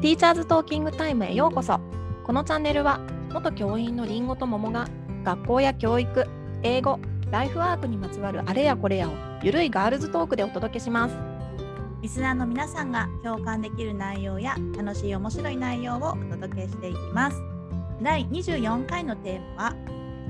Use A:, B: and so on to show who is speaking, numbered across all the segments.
A: ティーチャーズトーキングタイムへようこそこのチャンネルは元教員のりんごと桃が学校や教育英語ライフワークにまつわるあれやこれやをゆるいガールズトークでお届けします
B: リスナーの皆さんが共感できる内容や楽しい面白い内容をお届けしていきます。第24回のテーマは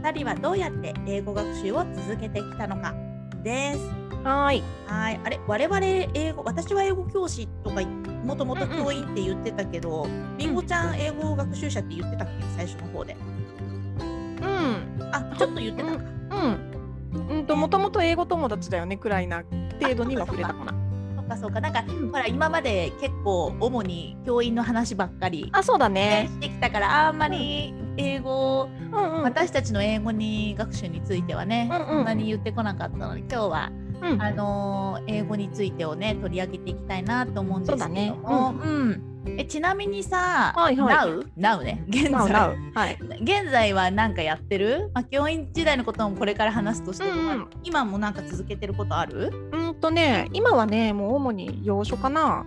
B: 2人はどうやって英語学習を続けてきたのかです。
A: はーい
B: はい、あれ我々英語私は英語教師とかもともと教員って言ってたけど、り、んごちゃん英語学習者って言ってたっけ最初の方で。
A: うん
B: あ、ちょっと言ってたか。
A: うんうんともともと英語友達だよねくらいな程度には触れたかな
B: そっかそうか。なんかほら今まで結構主に教員の話ばっかり
A: あそうだ
B: ね
A: ね
B: してきたからあんまり英語、
A: うんうん
B: 私たちの英語に学習についてはね、
A: うんうん
B: そんなに言ってこなかったので今日は、
A: うん
B: あのー英語についてをね取り上げていきたいなと思うんですけども、
A: そう
B: んえちなみにさ、
A: はいはい
B: Now? Now ね現在
A: なうなうはい
B: 現在は何かやってる、まあ、教員時代のこともこれから話すとしても、
A: うんうん
B: 今もなんか続けてることある
A: うんとね今はねもう主に洋書かな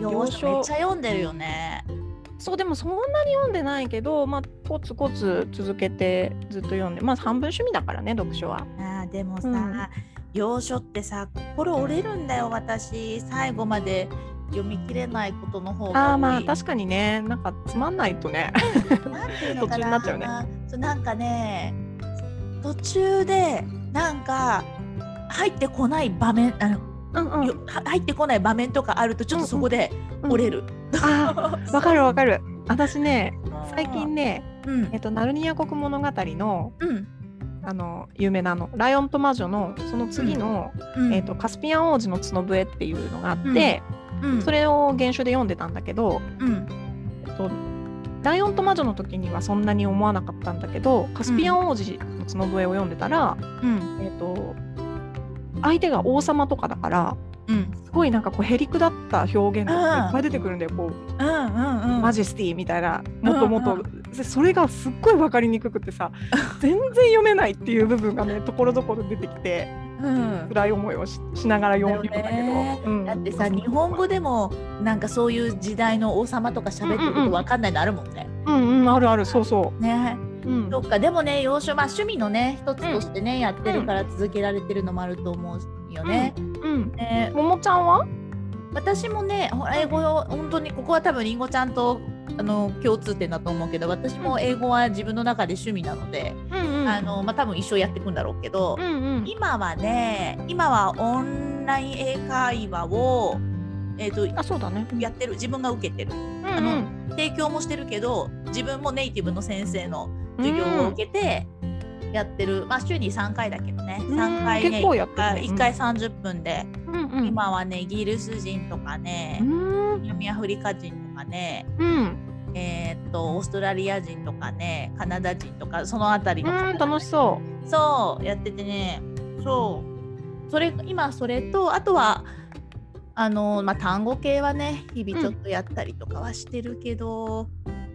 B: 洋書
A: 洋書
B: めっちゃ読んでるよね
A: そうでもそんなに読んでないけど、まあ、コツコツ続けてずっと読んでまあ半分趣味だからね読書は。
B: あーでもさ、
A: うん
B: 要所ってさ心折れるんだよ私最後まで読み切れないことの方が多い
A: あーまあ確かにねなんかつまんないとね。
B: なんていうのか
A: 途中になっちゃうね
B: そうなんかね途中でなんか入ってこない場面あの、
A: うんう
B: よは入ってこない場面とかあるとちょっとそこで折れる、
A: あーわかるわかる。私ね最
B: 最
A: 近ね
B: うん
A: えっとナルニア国物語の
B: うん
A: あの有名なあのライオンと魔女のその次の、
B: うん
A: えっとカスピアン王子の角笛っていうのがあって、
B: うん
A: それを原書で読んでたんだけど。
B: うん
A: えっと、ライオンと魔女の時にはそんなに思わなかったんだけど、カスピアン王子の角笛を読んでたら、
B: うん
A: えっと、相手が王様とかだから、
B: うん
A: すごいなんかこう、へりくだった表現がいっぱい出てくるんだよ、こう、
B: うんうん
A: マジェスティみたいな、もっともっと、
B: うん
A: でそれがすっごい分かりにくくて さ、全然読めないっていう部分がね、ところどころ出てきて、
B: うん
A: 辛い思いをししながら読んでたんだけ
B: だよね
A: ど。うん
B: だってさ日本語でもなんかそういう時代の王様とか喋ってることわかんないのあるもんね。
A: うんうん、あるある、そうそ
B: ね
A: う。うん
B: そっかでもね洋書まあ趣味のね一つとしてね、やってるから続けられてるのもあると思うよね。
A: うん。
B: ね
A: ももちゃんは
B: 私もねほら英語本当にここは多分りんごちゃんとあの共通点だと思うけど私も英語は自分の中で趣味なので、
A: うん
B: あのまあ、多分一生やっていくんだろうけど、
A: うんうん。
B: 今はね今はオンライン英会話を、えー、と
A: あ、そうだね。
B: やってる自分が受けてる
A: あ
B: の提供もしてるけど自分もネイティブの先生の授業を受けてやってる、まあ週に3回だけどね
A: うん
B: 3回ね
A: 結構やってるね
B: あ
A: うん
B: 1回30分で、
A: うんうん、
B: 今はねイギリス人とか
A: う
B: ね、
A: ん
B: 南アフリカ人とかね
A: うん
B: えーっとオーストラリア人とかねカナダ人とかそのあたりの方
A: う
B: 々
A: ん楽しそ
B: そうやっててねそうそれ今それとあとはあの、まあ、単語系はね日々ちょっとやったりとかはしてるけど、
A: う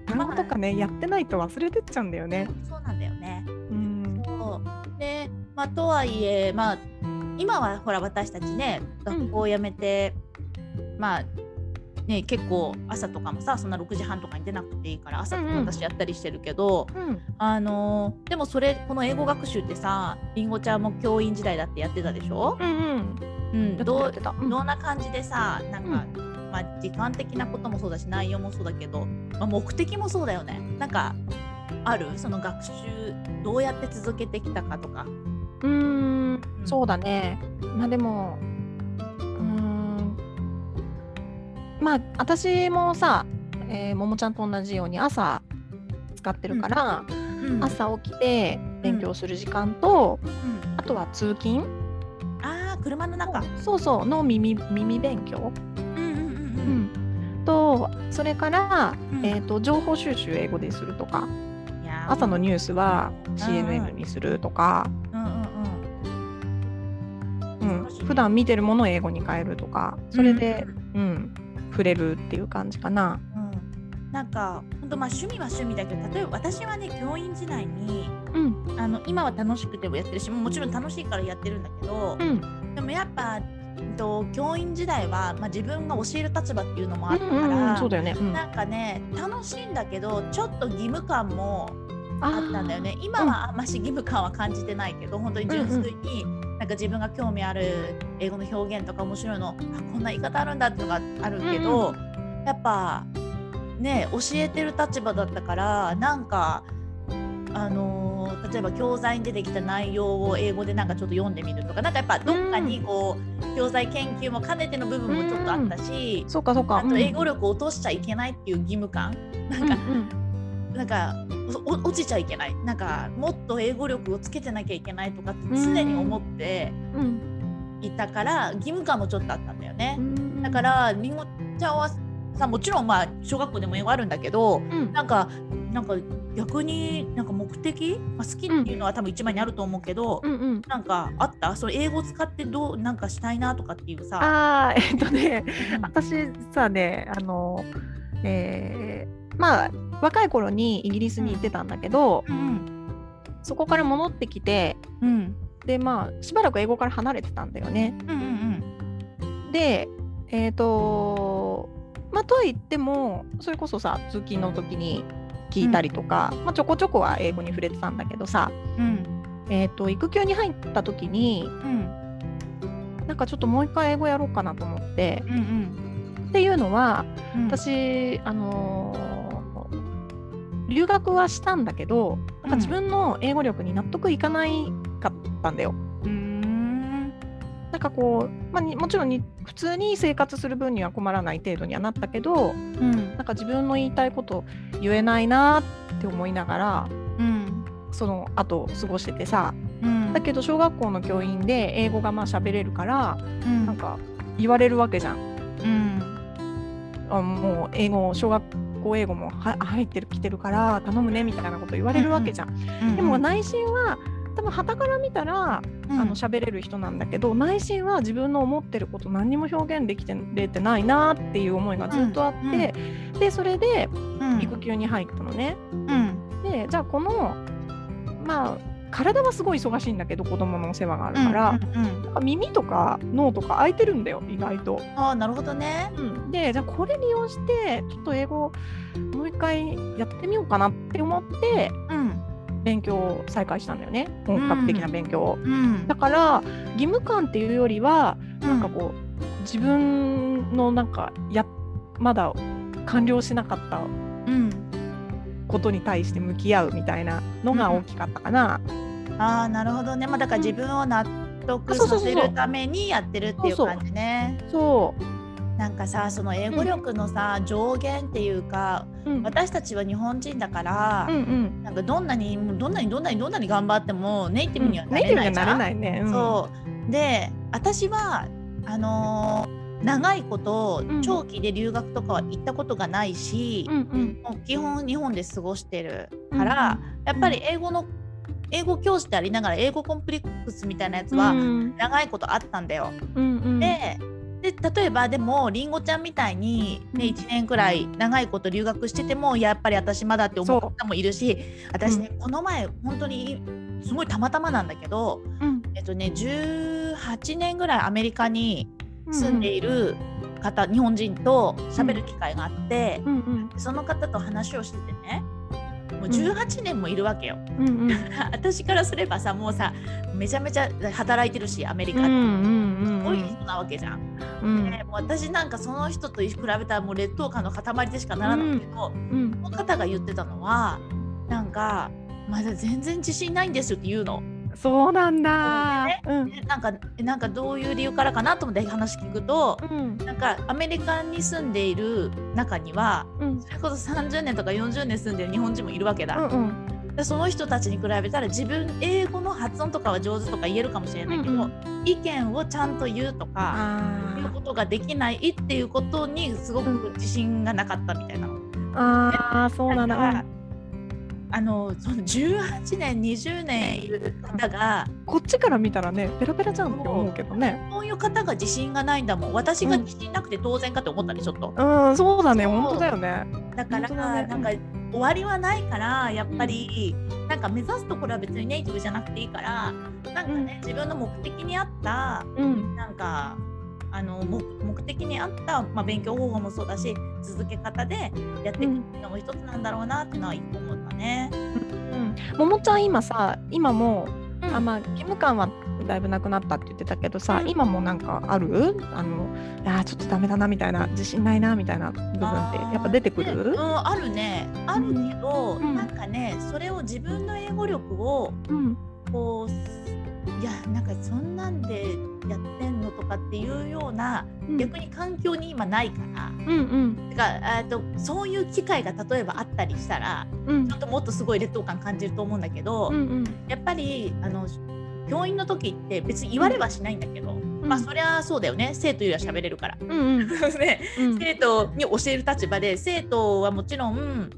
A: 単語とかねやってないと忘れてっちゃうんだよね
B: そうなんだよね。
A: うん
B: そうで、まあ、とはいえ、まあ、今はほら私たちね
A: うん
B: 学校を辞めて、まあね、結構朝とかもさそんな6時半とかに出なくていいから朝と
A: うん
B: か
A: うん
B: 私やったりしてるけど、
A: うん
B: あのーでもそれこの英語学習ってさりんごちゃんも教員時代だってやってたでしょ、
A: うんうん
B: うん、
A: やってたや
B: ど
A: っ
B: う
A: てたうん
B: どんな感じでさなんか、まあ、時間的なこともそうだし内容もそうだけど、まあ、目的もそうだよねなんかあるその学習どうやって続けてきたかとか。
A: うーんそうだねまあでもうーんまあ私もさ、えー、ももちゃんと同じように朝使ってるから、
B: うん
A: 朝起きて勉強する時間と、
B: うん
A: あとは通勤
B: あー車の中。
A: そうそうの耳耳勉強、
B: うんう
A: う
B: んうん
A: ん、とそれから
B: うんうん
A: えー、と情報収集英語でするとか
B: いやー
A: 朝のニュースは
B: うんう
A: CNN
B: ん
A: にするとか、
B: うんうん
A: う
B: うん
A: ん、普段見てるものを英語に変えるとかそれで
B: う、ん
A: うん触れるっていう感じかな。
B: うんなんか本当まあ趣味は趣味だけど例えば私はね教員時代に
A: うん
B: あの今は楽しくてもやってるしもちろん楽しいからやってるんだけど、
A: うん
B: でもやっぱえっと教員時代は、まあ、自分が教える立場っていうのもあったか
A: うんうんうん
B: ら、
A: そうだよね。うん
B: なんかね楽しいんだけどちょっと義務感もあったんだよね。今はあんまし義務感は感じてないけど、本当に純粋に、なんか自分が興味ある英語の表現とか面白いの、あこんな言い方あるんだっていうのがあるけど、やっぱね教えてる立場だったからなんかあのー例えば教材に出てきた内容を英語でなんかちょっと読んでみるとかなんかやっぱどっかにこう、教材研究も兼ねての部分もちょっとあったし、
A: そうかそうか。
B: あと英語力を落としちゃいけないっていう義務感なんか
A: うんうん
B: なんかお落ちちゃいけないなんかもっと英語力をつけてなきゃいけないとかって常に思って
A: うん
B: いたから義務感もちょっとあったんだよね
A: う。ん
B: だからりんごちゃんはさもちろんまあ小学校でも英語あるんだけど
A: うん
B: なんかなんか逆になんか目的、まあ、好きっていうのは多分一番にあると思うけど、
A: うんうん。
B: なんかあったそれ英語使ってどうなんかしたいなとかっていうさ。
A: ああえっとね
B: うん
A: 私実はねあのえーまあ若い頃にイギリスに行ってたんだけど、
B: うん
A: そこから戻ってきて
B: うん
A: でまあしばらく英語から離れてたんだよね。
B: うんうん
A: でえっ、とまあとはいってもそれこそさ通勤の時に聞いたりとか、まあ、ちょこちょこは英語に触れてたんだけどさ、
B: うん
A: えー、と育休に入った時に
B: うん
A: なんかちょっともう一回英語やろうかなと思って
B: うんうん
A: っていうのは
B: うん
A: 私、あのー留学はしたんだけどなんか自分の英語力に納得いかないかったんだよ。
B: うーん
A: なんかこう、まあ、にもちろんに普通に生活する分には困らない程度にはなったけど
B: うん
A: なんか自分の言いたいこと言えないなって思いながら
B: うん
A: その後を過ごしててさ
B: うん
A: だけど小学校の教員で英語がまあ喋れるから
B: うん
A: なんか言われるわけじゃん。
B: うん
A: あもう英語小学校英語もは入ってるきてるから頼むねみたいなこと言われるわけじゃん、
B: うん
A: でも内心は多分傍から見たら、
B: うん
A: あの喋れる人なんだけど内心は自分の思ってること何にも表現できてれてないなっていう思いがずっとあって、でそれで
B: うん
A: 育休に入ったのね。
B: うん
A: でじゃあこのまあ体はすごい忙しいんだけど子供のお世話があるから、
B: うんうんうん
A: なんか耳とか脳とか空いてるんだよ意外と。
B: ああなるほどね
A: でじゃあこれ利用してちょっと英語もう一回やってみようかなって思って
B: うん
A: 勉強を再開したんだよね本格的な勉強を。
B: うん
A: だから義務感っていうよりは
B: な
A: なんかこう自分のなんかやまだ完了しなかった
B: うん
A: ことに対して向き合うみたいなのが大きかったかな。
B: ああなるほどね、まあ、だから
A: うん
B: 自分を納得
A: あそうそ
B: さ
A: うそう
B: せ
A: そう
B: るためにやってるっていう
A: そうそう
B: 感じね。
A: そ
B: なんかさその英語力のさ、上限っていうか
A: う、うん、
B: 私たちは日本人だから、
A: うんうん
B: なんかどんなにもうどんなにどんなにどんなに頑張ってもネイティ
A: う
B: ブ
A: ん
B: にはな
A: ネイ
B: れ
A: ティブには
B: な
A: い
B: じ
A: な
B: ゃ
A: れ
B: ん。
A: ないね。うん
B: そうで私はあのー長いこと
A: うん
B: 長期で留学とかは行ったことがないし、
A: うんうん
B: もう基本日本で過ごしてるから、やっぱり英語の英語教師でありながら英語コンプレックスみたいなやつは、
A: うん
B: 長いことあったんだよ。
A: うんうん、
B: でで例えばでもりんごちゃんみたいに、ね、
A: うん
B: 1年くらい長いこと留学しててもやっぱり私まだって思う方もいるし私ね、この前本当にすごいたまたまなんだけど、
A: うん
B: えっとね、18年ぐらいアメリカに住んでいる方、日本人と喋る機会があって、
A: うんうん
B: その方と話をしててねもう18年もいるわけよ。
A: うんうん
B: 私からすればさもうさめちゃめちゃ働いてるしアメリカ
A: う
B: って。
A: んうんうん
B: すごい人なわけじゃん。
A: うん
B: ねもう私なんかその人と比べたらもう劣等感の塊でしかならないけど、
A: うん
B: この方が言ってたのはなんかまだ全然自信ないんですよって言うの。
A: そうなんだ。うん
B: でなんかなんかどういう理由からかなと思って話聞くと。
A: うん
B: なんかアメリカに住んでいる中には
A: うん
B: それこそ30年とか40年住んでる日本人もいるわけだ、
A: うん
B: でその人たちに比べたら自分英語の発音とかは上手とか言えるかもしれないけど、
A: うんう
B: 意見をちゃんと言うとか
A: あ
B: いうことができないっていうことにすごく自信がなかったみたいなの。
A: ーあーそうなん
B: だから
A: だ。
B: あのその18年20年いる方が
A: こっちから見たらねペラペラじゃんって思うけどね。
B: こういう方が自信がないんだもん私が自信なくて当然かって思ったねちょっと。
A: うんそうだね
B: そう
A: 本当だよね。
B: だから
A: 本当だね
B: なんか終わりはないからやっぱりなんか目指すところは別にネイティブじゃなくていいからなんかね自分の目的に合った
A: うん
B: なんかあの目目的に合った、まあ、勉強方法もそうだし続け方でやっていくのも一つなんだろうなっていうのは一個思ったね。
A: うん、ももちゃん今さ今も
B: う
A: あまあ義務感はだいぶなくなったって言ってたけどさ、
B: うん
A: 今もなんかあるあのあーちょっとダメだなみたいな自信ないなみたいな部分ってやっぱ出てく
B: う
A: る
B: ん、あるねあるけど、
A: うん
B: なんかねそれを自分の英語力を
A: うん
B: こういやなんかそんなんでやってんのとかっていうような
A: うん
B: 逆に環境に今ないから。
A: うん
B: てかえーとそういう機会が例えばあったりしたら
A: うんうん
B: ちょっともっとすごい劣等感感じると思うんだけど、
A: うんうん
B: やっぱりあの教員の時って別に言われはしないんだけど、まあそりゃそうだよね生徒よりは喋れるから。
A: うんうんうん
B: ね
A: うん
B: 生徒に教える立場で生徒はもちろん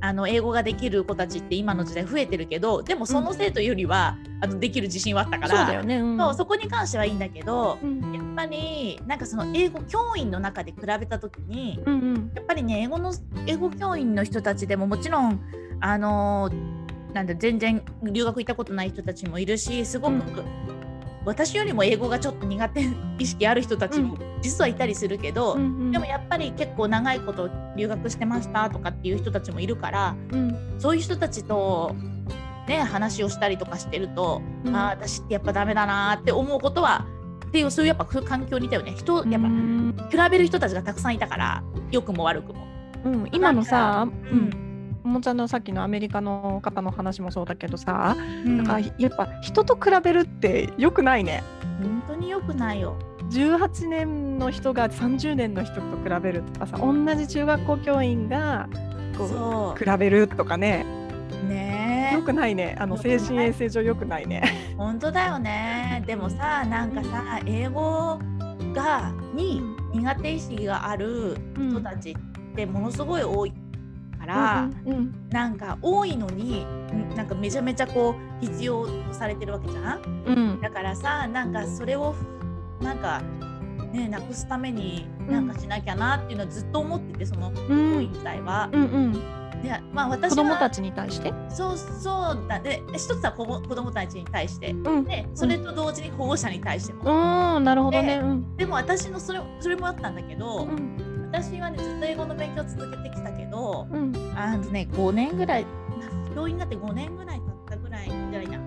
B: あの英語ができる子たちって今の時代増えてるけどでもその生徒よりは、あのできる自信はあったか
A: そう
B: ら
A: だよねうん
B: そうそこに関してはいいんだけど
A: うん
B: やっぱりなんかその英語教員の中で比べた時に
A: うんうん
B: やっぱりね英語の英語教員の人たちでももちろんあのなんだ全然留学行ったことない人たちもいるしすごく、
A: うん
B: 私よりも英語がちょっと苦手意識ある人たちも実はいたりするけど、
A: うんうん
B: でもやっぱり結構長いこと留学してましたとかっていう人たちもいるから
A: うん
B: そういう人たちと、ね、話をしたりとかしてると、
A: うん
B: ああ私ってやっぱダメだなーって思うことはっていうそういうやっぱ環境にいたよね人やっ
A: うん
B: ぱ比べる人たちがたくさんいたから良くも悪くも。
A: うん今のさ
B: う
A: うん
B: ん
A: ももちゃんのさっきのアメリカの方の話もそうだけどさ、
B: なんか
A: なんかやっぱ人と比べるって良くないね
B: 本当に良くないよ。
A: 18年の人が30年の人と比べるとかさ同じ中学校教員がこう
B: そ
A: 比べるとかね
B: うね
A: 良くないねあの
B: 良くない
A: 精神衛生上良くないね。
B: え本当だよね。でもさなんかさ英語がに苦手意識がある人たちってものすごい多いから。
A: うんうん
B: なんか多いのにんなんかめちゃめちゃこう必要とされてるわけじゃん
A: うん
B: だからさなんかそれをなんかねなくすためになんかしなきゃなっていうのはずっと思っててその
A: う
B: 行為
A: ん
B: 自体は、
A: うんうん
B: でまあ
A: 子
B: 私
A: 供た
B: は
A: ちに対して、
B: そうそうだで一つは子も子供たちに対して
A: うん、
B: でそれと同時に保護者に対しても、
A: うんなるほどね。うん
B: でも私のそれそれもあったんだけど、
A: うん
B: 私はねずっと英語の勉強を続けてきたけど、
A: うん
B: あのね、5年ぐらい、な教員になって5年ぐらい経ったぐらいじゃないな、ね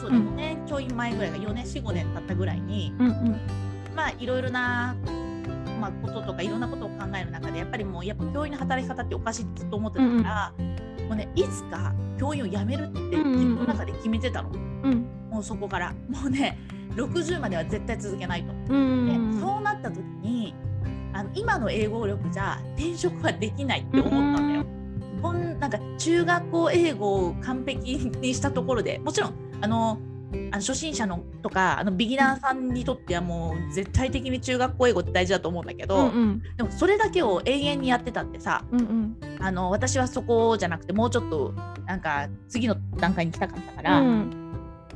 B: そうだ、
A: うん
B: 5年ちょい前ぐらいが4年、4、5年経ったぐらいに、
A: うんうん
B: まあ、いろいろな、まあ、こととか、いろんなことを考える中で、やっぱりもう、やっぱ教員の働き方っておかしいってずっと思ってたから、もうね、いつか教員を辞めるって自
A: うんうんうん
B: 分の中で決めてたの、
A: うん
B: もうそこから。もうね、60までは絶対続けないと。
A: う
B: で
A: ん
B: そうなった時にあの今の英語力じゃ転職はできないって思ったんだよ。こんなんか中学校英語を完璧にしたところでもちろんあのあの初心者のとかあのビギナーさんにとってはもう絶対的に中学校英語って大事だと思うんだけ
A: うん
B: ど、
A: うん
B: でもそれだけを永遠にやってたってさ
A: うんうん
B: あの私はそこじゃなくてもうちょっとなんか次の段階に来たかったから、
A: うん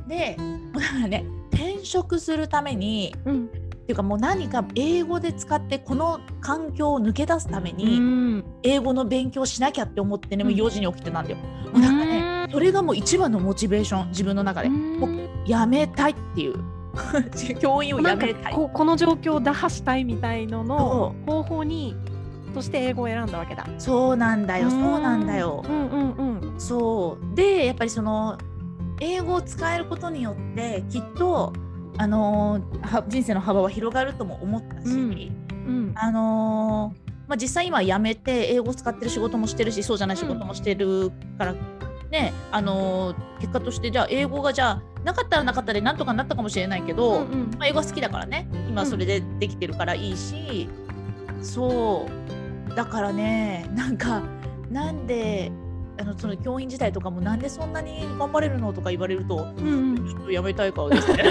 B: でもうだからね転職するために
A: うん
B: っていうかもう何か英語で使ってこの環境を抜け出すため
A: う
B: に
A: ん
B: 英語の勉強しなきゃって思ってねもう
A: うん
B: 4時に起きてたんだよ。も うなんかねそれがもう一番のモチベーション自分の中でもうやめたいっていう 教員を
A: な
B: や
A: んか
B: めたい。
A: ここの状況を打破したいみたいの
B: そ
A: の方法にとして英語を選んだわけだ。
B: そうなんだよそうなんだよ
A: う。んうんうん
B: そうでやっぱりその英語を使えることによってきっとあのーは人生の幅は広がるとも思ったし。
A: うんうん
B: あのーまあ、実際今辞めて英語使ってる仕事もしてるしそうじゃない仕事もしてるから、ねあのー結果としてじゃあ英語がじゃあなかったらなかったでなんとかなったかもしれないけ
A: うんう
B: ど、
A: ん
B: まあ、英語は好きだからね今それでできてるからいいし、そうだからねなんかなんであのその教員自体とかもなんでそんなに頑張れるのとか言われると
A: うんうん
B: ちょっと辞めたいからですね。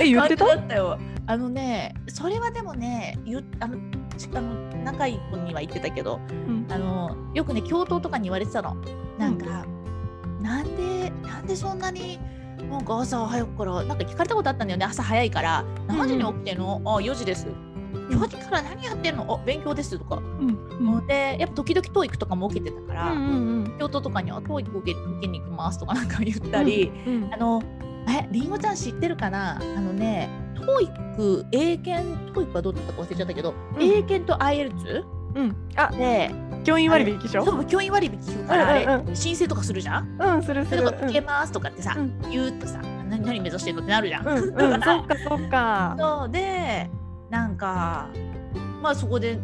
A: え言ってた
B: 感じだったよあのねそれはでもね言っあのちあの仲いい子には言ってたけど
A: うん
B: あのよくね教頭とかに言われてたのなんか、なんでなんでそんなになんか朝早くからなんか聞かれたことあったんだよね朝早いから何時に起きてんの、あ4時です4時から何やってんのあ勉強ですとか、
A: うん
B: でやっぱ時々 TOEIC とかも受けてたから、
A: うんうん
B: 教頭とかには TOEIC 受け受けに行きますとかなんか言ったり、
A: うん
B: あの、え、りんごちゃん知ってるかなあのね、トトイック英検トイックはどうだったか忘れちゃったけど、
A: うん
B: 英検と IELTS
A: うん。あ、
B: で
A: 教員割引でしょ
B: そう教員割引聞くからあれ、
A: うんうん
B: 申請とかするじゃん
A: うん、するす
B: 例え
A: る。う
B: ば「受
A: ん
B: けます」とかってさ、
A: うん
B: 言うとさ何何目指してんのってなるじゃん。
A: うん、うん、そ
B: だ
A: っ
B: から
A: かそっか。
B: そうでなんかまあそこで、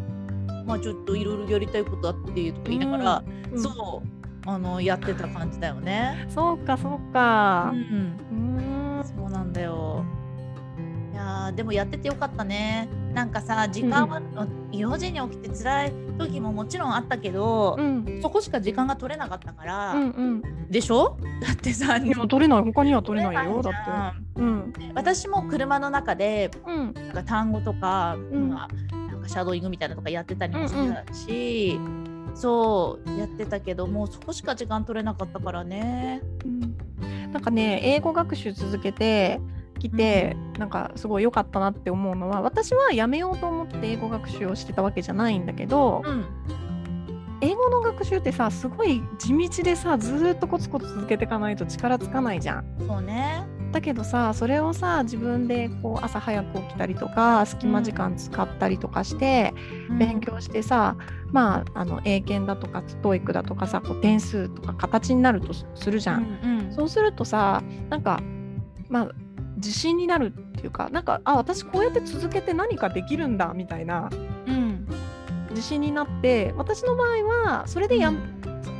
B: まあ、ちょっといろいろやりたいことあってとか言いながら、
A: うん
B: そうあのやってた感じだよね。
A: そうかそう
B: う
A: か。
B: ん
A: うーん。
B: そうなんだよ。いやーでもやっててよかったね。なんかさ時間は、4時に起きて辛い時ももちろんあったけど
A: う、ん。
B: そこしか時間が取れなかったから、
A: うんうん。
B: でしょだってさ
A: でも取れない他には取れないよだ
B: 取れじゃ
A: っ
B: ん
A: て。うん。
B: 私も車の中で
A: うん。
B: なんか単語とか、
A: うん
B: まあ、なんかシャドーイングみたいなのとかやってたりもしてたし、そうやってたけどもうそこしか時間取れなかったからね。
A: うんなんかね英語学習続けてきて、なんかすごい良かったなって思うのは私はやめようと思って英語学習をしてたわけじゃないんだけど、
B: うん、
A: 英語の学習ってさすごい地道でさずーっとコツコツ続けていかないと力つかないじゃん。
B: そうね。
A: だけどさそれをさ自分でこう朝早く起きたりとか隙間時間使ったりとかして、
B: うん
A: 勉強してさ、まああの英検だとか TOEIC だとかさこう点数とか形になるとすするじ
B: う
A: ゃん。
B: んうん、
A: そうするとさなんかまあ自信になるっていうかなんかあ私こうやって続けて何かできるんだみたいな
B: うん
A: 自信になって私の場合はそれでや,、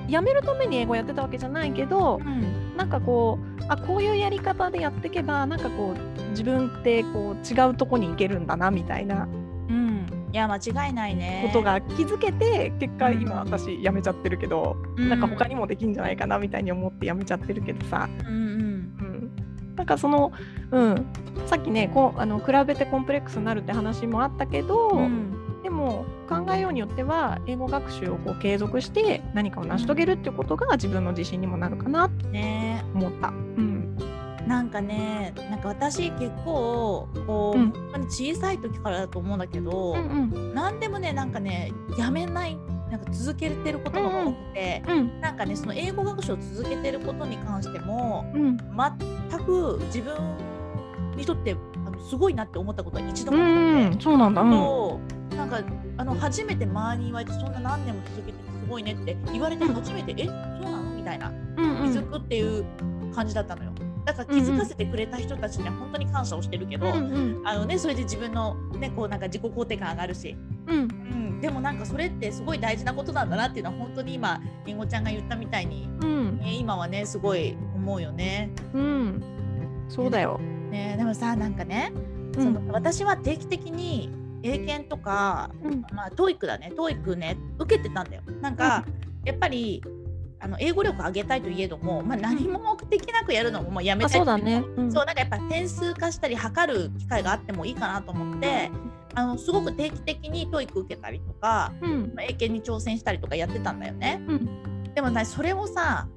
A: やめるために英語やってたわけじゃないけど
B: うん
A: なんかこうあこういうやり方でやっていけばなんかこう自分ってこう違うとこに行けるんだなみたいな
B: うん、いや間違いないね。
A: ことが気づけて結果
B: うん
A: 今私辞めちゃってるけど、なんか他にもできんじゃないかなみたいに思って辞めちゃってるけどさ、
B: うんうん
A: うんなんかその、うん、さっきねこうあの比べてコンプレックスになるって話もあったけど、
B: うんうん
A: でも考えようによっては英語学習をこう継続して何かを成し遂げるっていうことが自分の自信にもなるかなと
B: ね
A: 思った。うん
B: なんかねなんか私結構こう、
A: うん
B: 本当に小さい時からだと思うんだけど、
A: うんうん
B: なんでもねなんかねやめないなんか続けてることが多くて、
A: うん
B: なんかねその英語学習を続けてることに関しても
A: うん
B: 全く自分にとってあのすごいなって思ったことは一度
A: う
B: もなく
A: ん
B: て、
A: そうなんだ、うん、
B: そうなんかあの初めて周りに言われてそんな何年も続けててすごいねって言われて
A: うん
B: 初めて、えそうなのみたいな
A: うん
B: 気づくっていう感じだったのよ。だから気づかせてくれた人たちには本当に感謝をしてるけど、
A: うんうん
B: あのねそれで自分のねこうなんか自己肯定感上がるし、
A: うん
B: うん、でもなんかそれってすごい大事なことなんだなっていうのは本当に今りんごちゃんが言ったみたいに、
A: うん
B: ね、今はねすごい思うよね。
A: うんそうだよ。
B: ねでもさなんかね、
A: う
B: そ
A: ん
B: の私は定期的に英検とか、
A: うん
B: まあ、トイックだねトイックね受けてたんだよ。なんか、やっぱりあの英語力上げたいといえども、まあ、何も目的なくやるのももうやめ
A: あ
B: たい
A: そうだね。うん
B: そうなんかやっぱ点数化したり測る機会があってもいいかなと思ってあのすごく定期的にトイック受けたりとか
A: うん
B: 英検に挑戦したりとかやってたんだよね。
A: うん
B: でもねそれをさ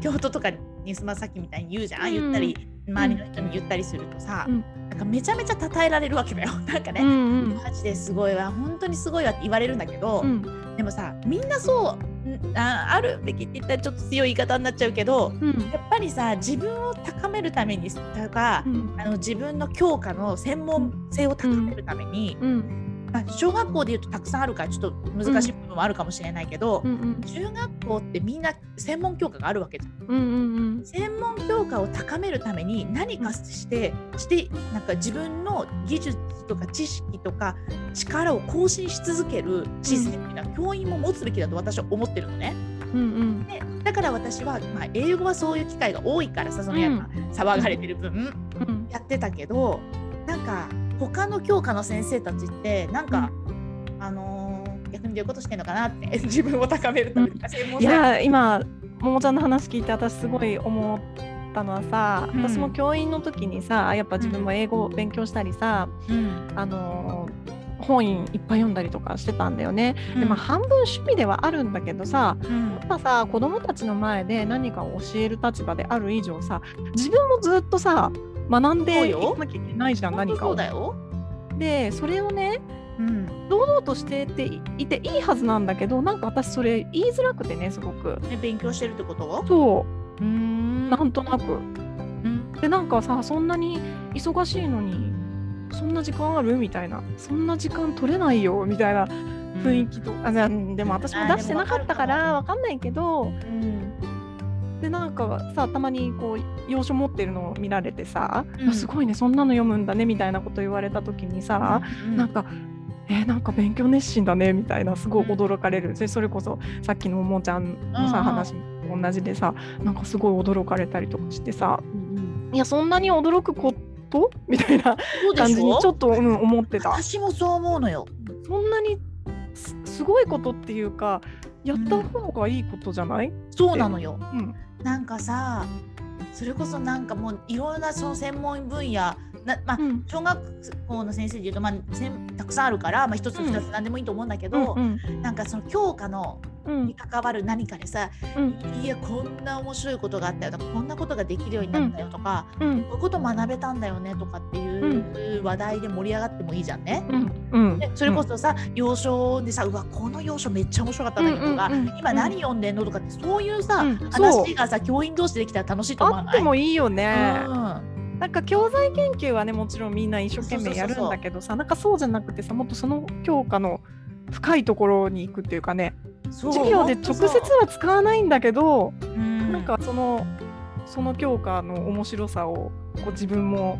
B: 京都とかにすまさっきみたいに言うじゃん、
A: うん
B: 言ったり周りの人に言ったりするとさ、
A: うん
B: なんかめちゃめちゃ称えられるわけだよ なんか
A: う
B: ね、
A: ん
B: マジですごいわ本当にすごいわって言われるんだけど、
A: うん
B: でもさみんなそううんああるべきって言ったらちょっと強い言い方になっちゃうけど
A: うん
B: やっぱりさ自分を高めるためにとか、
A: うん
B: あの自分の教科の専門性を高めるために、
A: うん
B: まあ、小学校でいうとたくさんあるからちょっと難しい部分もあるかもしれないけど、
A: うんうん
B: 中学校ってみんな専門教科があるわけじゃん
A: うんうん
B: 専門教科を高めるために何かしてしてなんか自分の技術とか知識とか力を更新し続ける姿勢っていうのは教員も持つべきだと私は思ってるのね
A: うんうん
B: でだから私は、まあ、英語はそういう機会が多いからさそのやっぱ騒がれてる分
A: うん
B: やってたけどなんか他の教科の先生たちってなんか、あのー逆にどういうことしてんのかなって 自分を高めるために専門
A: い
B: 性
A: やー今ももちゃんの話聞いて私すごい思ったのはさ、
B: うん
A: 私も教員の時にさやっぱ自分も英語を勉強したりさ、
B: うん
A: あのー本いっぱい読んだりとかしてたんだよね。でまあ、半分趣味ではあるんだけどさ
B: うん
A: やっぱさ子供たちの前で何かを教える立場である以上さ自分もずっとさ学んでいかなきゃいけないじゃん
B: 本当
A: 何か
B: そう
A: を。
B: だよ。
A: でそれをね
B: うん。
A: 堂々としてていていいはずなんだけどなんか私それ言いづらくてねすごく。
B: ね勉強してるってこと？
A: そううんなんとなく。
B: うん。
A: でなんかさそんなに忙しいのにそんな時間あるみたいなそんな時間取れないよみたいな雰囲気と、あじゃあうんでも私も
B: あー
A: 出してなかったからわかんないけどでなんかさたまにこう要所持ってるのを見られてさ、
B: うん
A: あすごいねそんなの読むんだねみたいなこと言われた時にさ、なんか。えーなんか勉強熱心だねみたいなすごい驚かれるそれそれこそさっきのももちゃんの
B: うんう
A: さ
B: ん
A: 話も同じでさなんかすごい驚かれたりとかしてさ
B: うん
A: いやそんなに驚く ことみたいな
B: そうで
A: 感
B: し
A: じに
B: ょ
A: ちょっと、うん、思ってた
B: 私もそう思うのよ。
A: そんなにすすごいことっていうかやった方がいいことじゃない、
B: そうなのよ。
A: うん
B: なんかさそれこそなんかもういろんなその専門分野な、まあ
A: うん
B: 小学校の先生でいうと、まあ、せんたくさんあるから、まあ、一つ
A: うん
B: 二つ何でもいいと思うんだけ
A: うん
B: ど、
A: うん
B: なんかその教科の
A: うん
B: に関わる何かでさ、いやこんな面白いことがあったよとかこんなことができるようになったよとか、
A: うん
B: こういうこと学べたんだよねとかっていう話題で盛り上がってもいいじゃんね。
A: うん
B: でそれこそさ、要所でさうわこの要所めっちゃ面白かったんだけどとか、
A: うんうんうん
B: 今何読んでんのとかってそういうさ、
A: うんそう
B: 話がさ教員同士でできたら楽しいと思わ
A: あっ
B: ない
A: てもいいよね、
B: うん
A: なんか教材研究はねもちろんみんな一生懸命やるんだけどさなんかそうじゃなくてさもっとその教科の深いところに行くっていうかね
B: そう
A: 授業で直接は使わないんだけど、
B: な
A: なんかそのその教科の面白さをこう自分も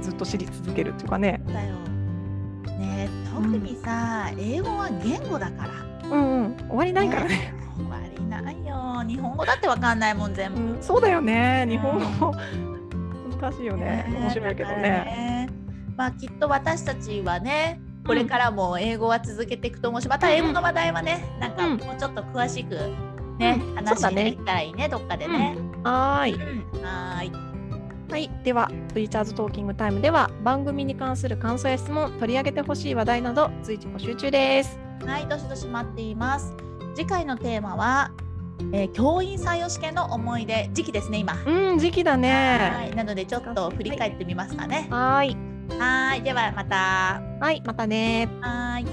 A: ずっと知り続けるっていうかね。
B: だよ。ね特にさ、英語は言語だから。
A: うんうん、終わりないからね。
B: ね。終わりないよ。日本語だってわかんないもん全部。
A: うんそうだよね。日本語難しいよね。
B: ね
A: 面白いけど
B: だから
A: ね。
B: ねまあきっと私たちはね。これからも英語は続けていくと思うし、また英語の話題はね、なんか
A: うん
B: もうちょっと詳しくね、
A: うん
B: 話
A: そうだね
B: していったらいいね、どっかでね。
A: はーい。
B: うんはーい。
A: はい、では、ツイチャーズトーキングタイムでは、番組に関する感想や質問、取り上げてほしい話題など、随時募集中です。
B: はい、どしどし待っています。次回のテーマは、えー教員採用試験の思い出時期ですね今。
A: うん、時期だ
B: は
A: ね。
B: い、なのでちょっと振り返ってみますかね。
A: はーい、
B: はい、ではまた。
A: はい、またね
B: はい。